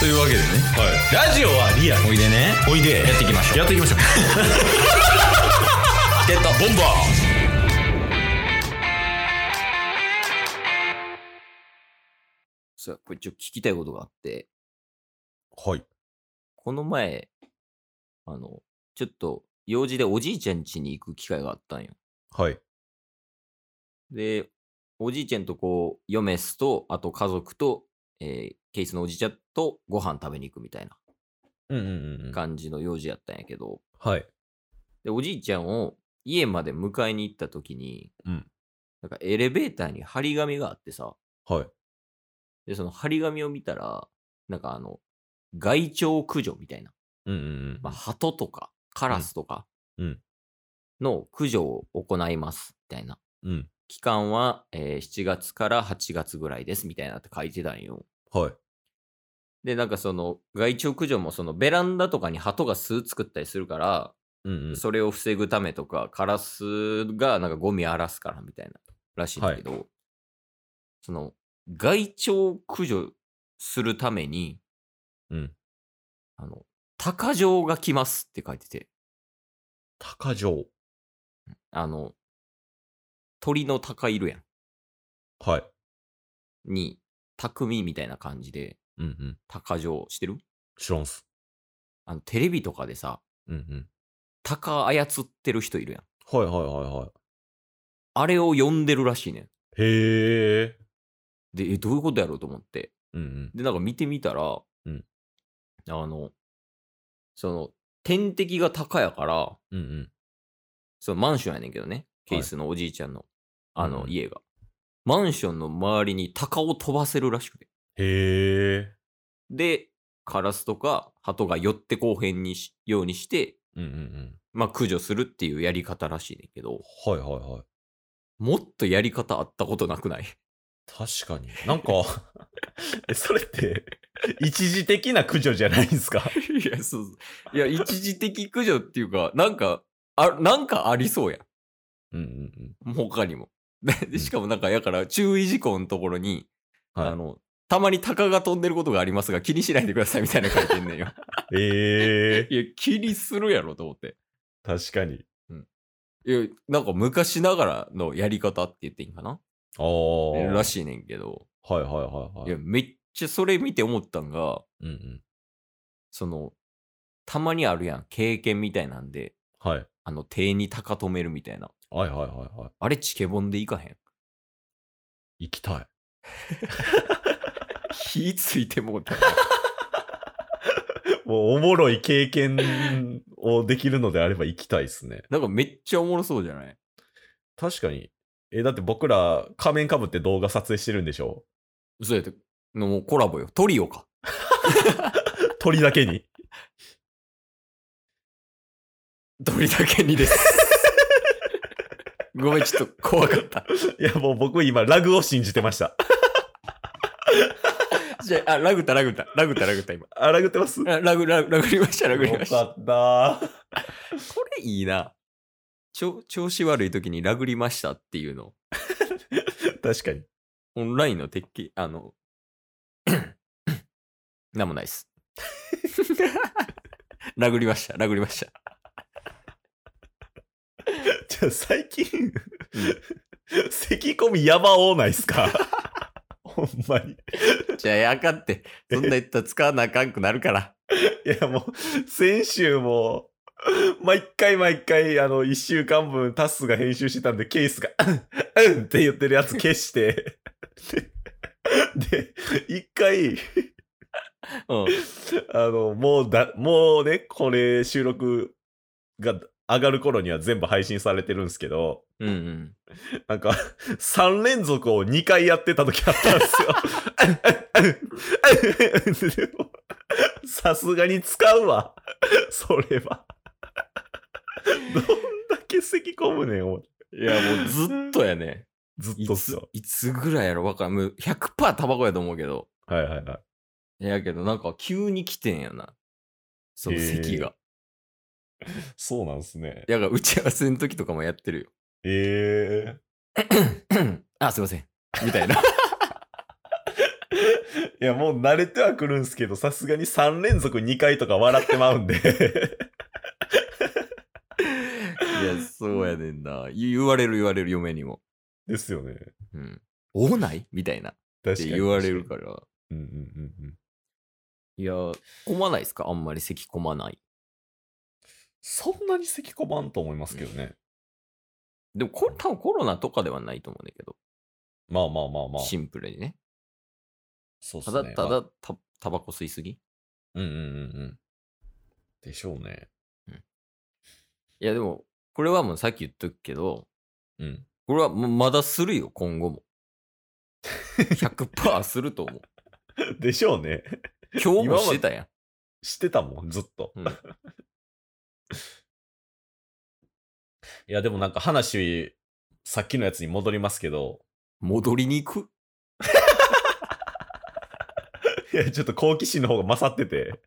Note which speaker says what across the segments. Speaker 1: というわけでね、ラジオはリアおいでね
Speaker 2: おいで
Speaker 1: やっていきましょう
Speaker 2: やってい きましょう
Speaker 1: ゲットボンバ
Speaker 3: さあ、これちょっと聞きたいことがあって、
Speaker 2: はい
Speaker 3: この前、あの、ちょっと用事でおじいちゃん家に行く機会があったんよ。
Speaker 2: はい
Speaker 3: で、おじいちゃんとこう、ヨメスと、あと家族と、えーケイスのおじいちゃんとご飯食べに行くみたい
Speaker 2: うんうんうんう
Speaker 3: なん感じの用事やったんやけど、
Speaker 2: はい
Speaker 3: で、おじいちゃんを家まで迎えに行った時に、
Speaker 2: うん
Speaker 3: なんかエレベーターに張り紙があってさ、
Speaker 2: はい
Speaker 3: で、その張り紙を見たら、なんかあの、害鳥駆除みたいな。
Speaker 2: うんうん
Speaker 3: まあ、鳩とかカラスとか
Speaker 2: うんうん
Speaker 3: の駆除を行いますみたいな。
Speaker 2: うんうん
Speaker 3: 期間は、えー7月から8月ぐらいですみたいなって書いてたんよ。
Speaker 2: はい
Speaker 3: で、なんかその害鳥駆除もそのベランダとかに鳩が巣作ったりするから、
Speaker 2: うんうん
Speaker 3: それを防ぐためとか、カラスがなんかゴミ荒らすからみたいならしいんだけど、その害鳥駆除するために、
Speaker 2: うん
Speaker 3: あの、鷹匠が来ますって書いてて。
Speaker 2: 鷹城
Speaker 3: あの、鳥の鷹いるや
Speaker 2: はい
Speaker 3: ん。に、匠みたいな感じで、
Speaker 2: うんうん
Speaker 3: 鷹匠してる
Speaker 2: 知らんっす
Speaker 3: あの、テレビとかでさ、
Speaker 2: うんうん
Speaker 3: 鷹操ってる人いるやん。
Speaker 2: はいはいはいは
Speaker 3: あれを呼んでるらしいねん。
Speaker 2: いへえ
Speaker 3: で、え、どういうことやろうと思って。
Speaker 2: うんうん
Speaker 3: で、なんか見てみたら、
Speaker 2: うん
Speaker 3: あの、その、天敵が鷹やから、
Speaker 2: うんうん
Speaker 3: そのマンションやねんけどね。ケースのおじいちゃんの、あの、
Speaker 2: うん
Speaker 3: 家が。マンションの周りに鷹を飛ばせるらしくて。
Speaker 2: へえ
Speaker 3: で、カラスとか鳩が寄ってこうへんにしようにして、
Speaker 2: うんうんうん
Speaker 3: まあ、駆除するっていうやり方らしいねんけど、
Speaker 2: はいはいはい
Speaker 3: もっとやり方あったことなくない
Speaker 2: 確 かになんかえそれって一時的な駆除じゃないんすか
Speaker 3: いや、そうそう。いや、一時的駆除っていうか、なんか、あ、なんかありそうやん。
Speaker 2: うんうん
Speaker 3: 他にも。 ででしかもなんか、やから、注意事項のところに、
Speaker 2: はい
Speaker 3: あの、たまに鷹が飛んでることがありますが、気にしないでくださいみたいなの書いてんねんよ。
Speaker 2: うん ええ
Speaker 3: いや、気にするやろと思って。
Speaker 2: 確かに
Speaker 3: いや、なんか昔ながらのやり方って言っていいんかな
Speaker 2: ああ
Speaker 3: らしいねんけど。
Speaker 2: はいはいはいはい
Speaker 3: いや、めっちゃそれ見て思ったんが、
Speaker 2: うんうん
Speaker 3: その、たまにあるやん、経験みたいなんで、
Speaker 2: はい
Speaker 3: あの、手に高止めるみたいな。
Speaker 2: はいはいはいは
Speaker 3: あれ、チケボンでいかへん。
Speaker 2: い行きたい
Speaker 3: 火ついてもうた。
Speaker 2: もうおもろい経験をできるのであれば行きたいですね。
Speaker 3: なんかめっちゃおもろそうじゃない
Speaker 2: 確かに。え、だって僕ら仮面かぶって動画撮影してるんでしょ
Speaker 3: そうやって、のもうコラボよ。トリオか。
Speaker 2: 鳥だけに。
Speaker 3: 鳥だけにです。ごめん、ちょっと怖かった。
Speaker 2: いや、もう僕今ラグを信じてました。
Speaker 3: じゃあ、あラグった、ラグった、ラグった、ラグった、今。
Speaker 2: あ、ラグってます
Speaker 3: あラグ、ラグ、ラグりました、ラグりました。
Speaker 2: よかった。
Speaker 3: これいいな。ちょ調子悪い時にラグりましたっていうの。
Speaker 2: 確かに。
Speaker 3: オンラインの鉄器、あの、 なんもないです。ラグりました、ラグりました。
Speaker 2: じゃあ最近、
Speaker 3: うん
Speaker 2: 咳込みやばおうないっすか ほんまに。い
Speaker 3: じゃあ、やかって、そんな言ったら使わなあかんくなる から。
Speaker 2: や、もう、先週も、毎回毎回、あの、一週間分タスが編集してたんで、ケースが、うんうんって言ってるやつ消して、で、で一回、
Speaker 3: うん。
Speaker 2: あの、もうだ、もうね、これ収録が上がる頃には全部配信されてるんですけど、
Speaker 3: うんうん。
Speaker 2: なんか、3連続を2回やってた時あったんですよ。でもさすがに使うわ。それは。どんだけ咳込むねん、お
Speaker 3: いや、もうずっとやね。
Speaker 2: ずっ
Speaker 3: い
Speaker 2: とっす
Speaker 3: つ
Speaker 2: よ。、
Speaker 3: いつぐらいやろ、わからん。もう100%タバコやと思うけど。
Speaker 2: はいはいはい。
Speaker 3: やけど、なんか急に来てんやな。その席が。
Speaker 2: そうなんすね。
Speaker 3: やが打ち合わせの時とかもやってるよ。
Speaker 2: え
Speaker 3: あ、すいません。みたいな。
Speaker 2: えいや、もう慣れてはくるんすけど、さすがに3連続2回とか笑ってまうんで。
Speaker 3: いや、そうやねんな。言言われる言われる嫁にも。
Speaker 2: ですよね。
Speaker 3: うん。おないみたいな。っ
Speaker 2: 確か
Speaker 3: て
Speaker 2: に。
Speaker 3: 言われるから。
Speaker 2: うんうんうんうん。
Speaker 3: いや、込まないですかあんまり咳込まない。
Speaker 2: そんなに咳込まんと思いますけどね。
Speaker 3: でもこれ多分コロナとかではないと思うんだけど、
Speaker 2: まあまあまあまあ。
Speaker 3: シンプルにね。
Speaker 2: そうったす
Speaker 3: だ
Speaker 2: ね。ま
Speaker 3: た
Speaker 2: あ
Speaker 3: だたタバコ吸いすぎ
Speaker 2: うんうんうんうん。でしょうね。
Speaker 3: いやでも、これはもうさっき言っとくけど、
Speaker 2: うん。
Speaker 3: これはもうまだするよ、今後も。100%すると思う。
Speaker 2: でしょうね。
Speaker 3: 今日もしてたやん。
Speaker 2: してたもん、ずっと。
Speaker 3: うん
Speaker 2: いや、でもなんか話、さっきのやつに戻りますけど、
Speaker 3: 戻りに行く
Speaker 2: いや、ちょっと好奇心の方が勝ってて。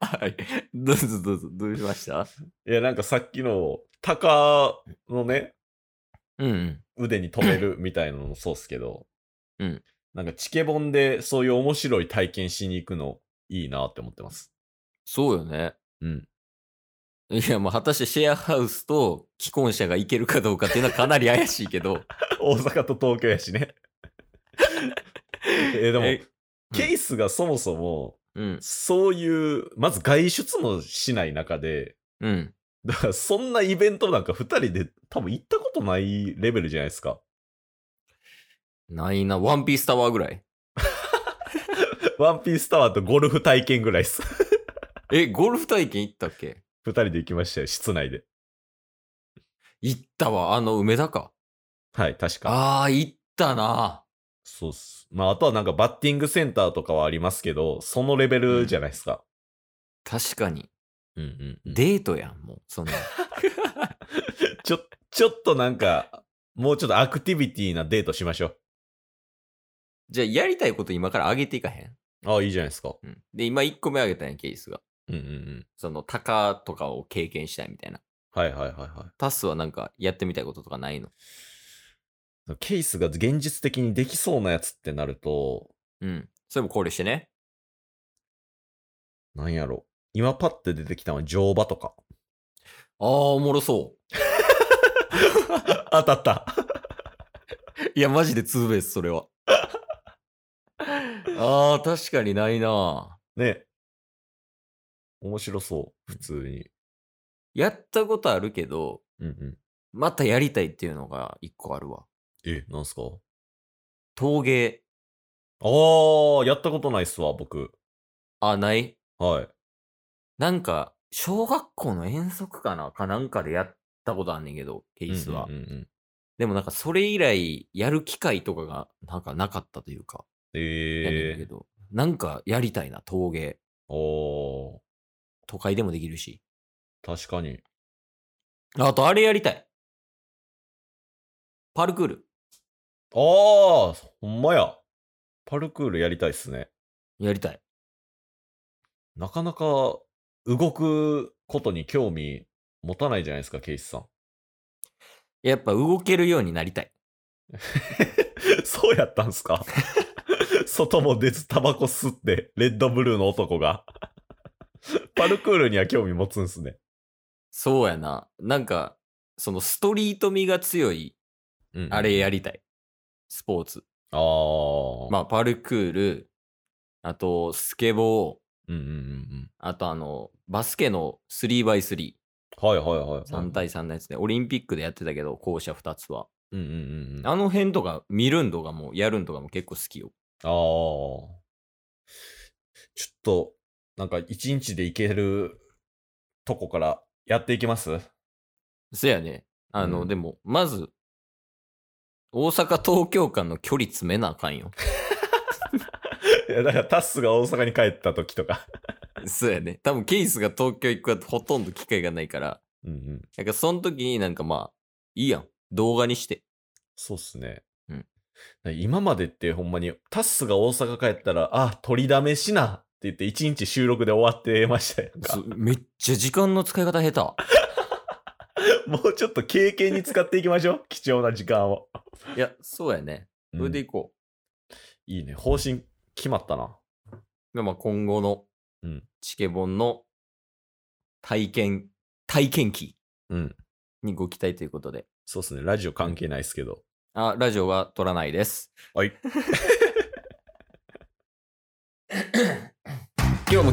Speaker 3: はい。どうぞどうぞ、どうしました
Speaker 2: いや、なんかさっきの、鷹のね、
Speaker 3: うんうん。
Speaker 2: 腕に止め るみたいなのもそうっすけど、
Speaker 3: うん。
Speaker 2: なんかチケボンでそういう面白い体験しに行くの、いいなって思ってます。
Speaker 3: そうよね。
Speaker 2: うん。
Speaker 3: いや、まあ、果たしてシェアハウスと既婚者が行けるかどうかっていうのはかなり怪しいけど。
Speaker 2: 大阪と東京やしね。 え、でも、
Speaker 3: え
Speaker 2: ケースがそもそも、
Speaker 3: うん。
Speaker 2: そういう、まず外出もしない中で、
Speaker 3: うん。
Speaker 2: だからそんなイベントなんか2人で多分行ったことないレベルじゃないですか。
Speaker 3: ないな。ワンピースタワーぐらい。
Speaker 2: ワンピースタワーとゴルフ体験ぐらいです。
Speaker 3: え、ゴルフ体験行ったっけ
Speaker 2: 2人で行きましたよ、室内で。
Speaker 3: 行ったわ。あの、梅田か。
Speaker 2: はい、確か。
Speaker 3: ああ、行ったな。
Speaker 2: そうっす。まあ、あとはなんかバッティングセンターとかはありますけど、そのレベルじゃないですか。
Speaker 3: 確かに。
Speaker 2: うんうんうん。
Speaker 3: デートやん、もう。そんな。
Speaker 2: ちょ、ちょっとなんか、もうちょっとアクティビティなデートしましょ
Speaker 3: じゃあ、やりたいこと今から上げていかへん。
Speaker 2: う。ああ、いいじゃないですか。
Speaker 3: うん。で、今1個目上げたんや、ケースが。
Speaker 2: うんうんうん。
Speaker 3: その、タカとかを経験したいみたいな。
Speaker 2: はいはいはいは
Speaker 3: タスはなんか、やってみたいこととかないの
Speaker 2: い。ケースが現実的にできそうなやつってなると、
Speaker 3: うん。それも考慮してね。
Speaker 2: なんやろ。今パッて出てきたのは乗馬とか。
Speaker 3: ああ、おもろそう。
Speaker 2: 当たった。
Speaker 3: いや、マジでツーベース、そ れは。ああ、確かにないな。
Speaker 2: ね。面白そう、普通に。
Speaker 3: やったことあるけど、
Speaker 2: うんうん。
Speaker 3: またやりたいっていうのが一個あるわ。
Speaker 2: え、なんすか
Speaker 3: 陶芸。
Speaker 2: あー、やったことないっすわ、僕。
Speaker 3: あ、ない
Speaker 2: はい。
Speaker 3: なんか、小学校の遠足かなかなんかでやったことあんねんけど、ケースは。
Speaker 2: うんうんうんうん
Speaker 3: でもなんか、それ以来、やる機会とかが、なんかなかったというか、やねん
Speaker 2: え
Speaker 3: け
Speaker 2: ー。
Speaker 3: ど、なんかやりたいな、陶芸。
Speaker 2: おー、
Speaker 3: 都会でもできるし。
Speaker 2: 確かに。
Speaker 3: あと、あれやりたい。パルクール。
Speaker 2: あー、ほんまや。パルクールやりたいっすね。
Speaker 3: やりたい。
Speaker 2: なかなか動くことに興味持たないじゃないですか、ケイスさん。
Speaker 3: やっぱ動けるようになりたい。
Speaker 2: そうやったんす か外も出ずタバコ吸って、レッドブルーの男が。パルクールには興味持つんすね。
Speaker 3: そうやな。なんか、そのストリート味が強い、
Speaker 2: うん
Speaker 3: あれやりたい。スポーツ。
Speaker 2: ああ。
Speaker 3: まあ、パルクール、あと、スケボー、
Speaker 2: うんうんうん
Speaker 3: あとあの、バスケの 3x3、
Speaker 2: うん。はいはいはい。
Speaker 3: 3対3のやつで、オリンピックでやってたけど、校舎2つは。
Speaker 2: うんうんうんうん。あ
Speaker 3: あの辺とか、見るんとかも、やるんとかも結構好きよ。
Speaker 2: あー。ちょっと、なんか一日で行けるとこからやっていきます
Speaker 3: せやね。あの、
Speaker 2: うん
Speaker 3: でも、まず、大阪、東京間の距離詰めなあか んよ。
Speaker 2: いや、だからタッスが大阪に帰った時とか。
Speaker 3: そうやね。多分ケースが東京行くはほとんど機会がないから。
Speaker 2: うんうん。
Speaker 3: なんかその時になんかまあ、いいやん。動画にして。
Speaker 2: そうっすね。
Speaker 3: うん
Speaker 2: 今までってほんまに、タッスが大阪帰ったら、あ、取りだめしなって言って一日収録で終わってましたやんか。
Speaker 3: そうめっちゃ時間の使い方下
Speaker 2: もうちょっと経験に使っていきましょう。 貴重な時間を。
Speaker 3: 手。いや、そうやね。それで行こ
Speaker 2: いいね。方針
Speaker 4: 決まったな。
Speaker 3: でまあ、今後の
Speaker 4: うん
Speaker 3: チケボンの体験、体験記
Speaker 4: うん。
Speaker 3: にご期待ということで。
Speaker 4: そうっすね。ラジオ関係ないっすけど。
Speaker 3: あ、ラジオは撮らないです。
Speaker 4: はい。
Speaker 3: 今日も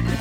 Speaker 2: す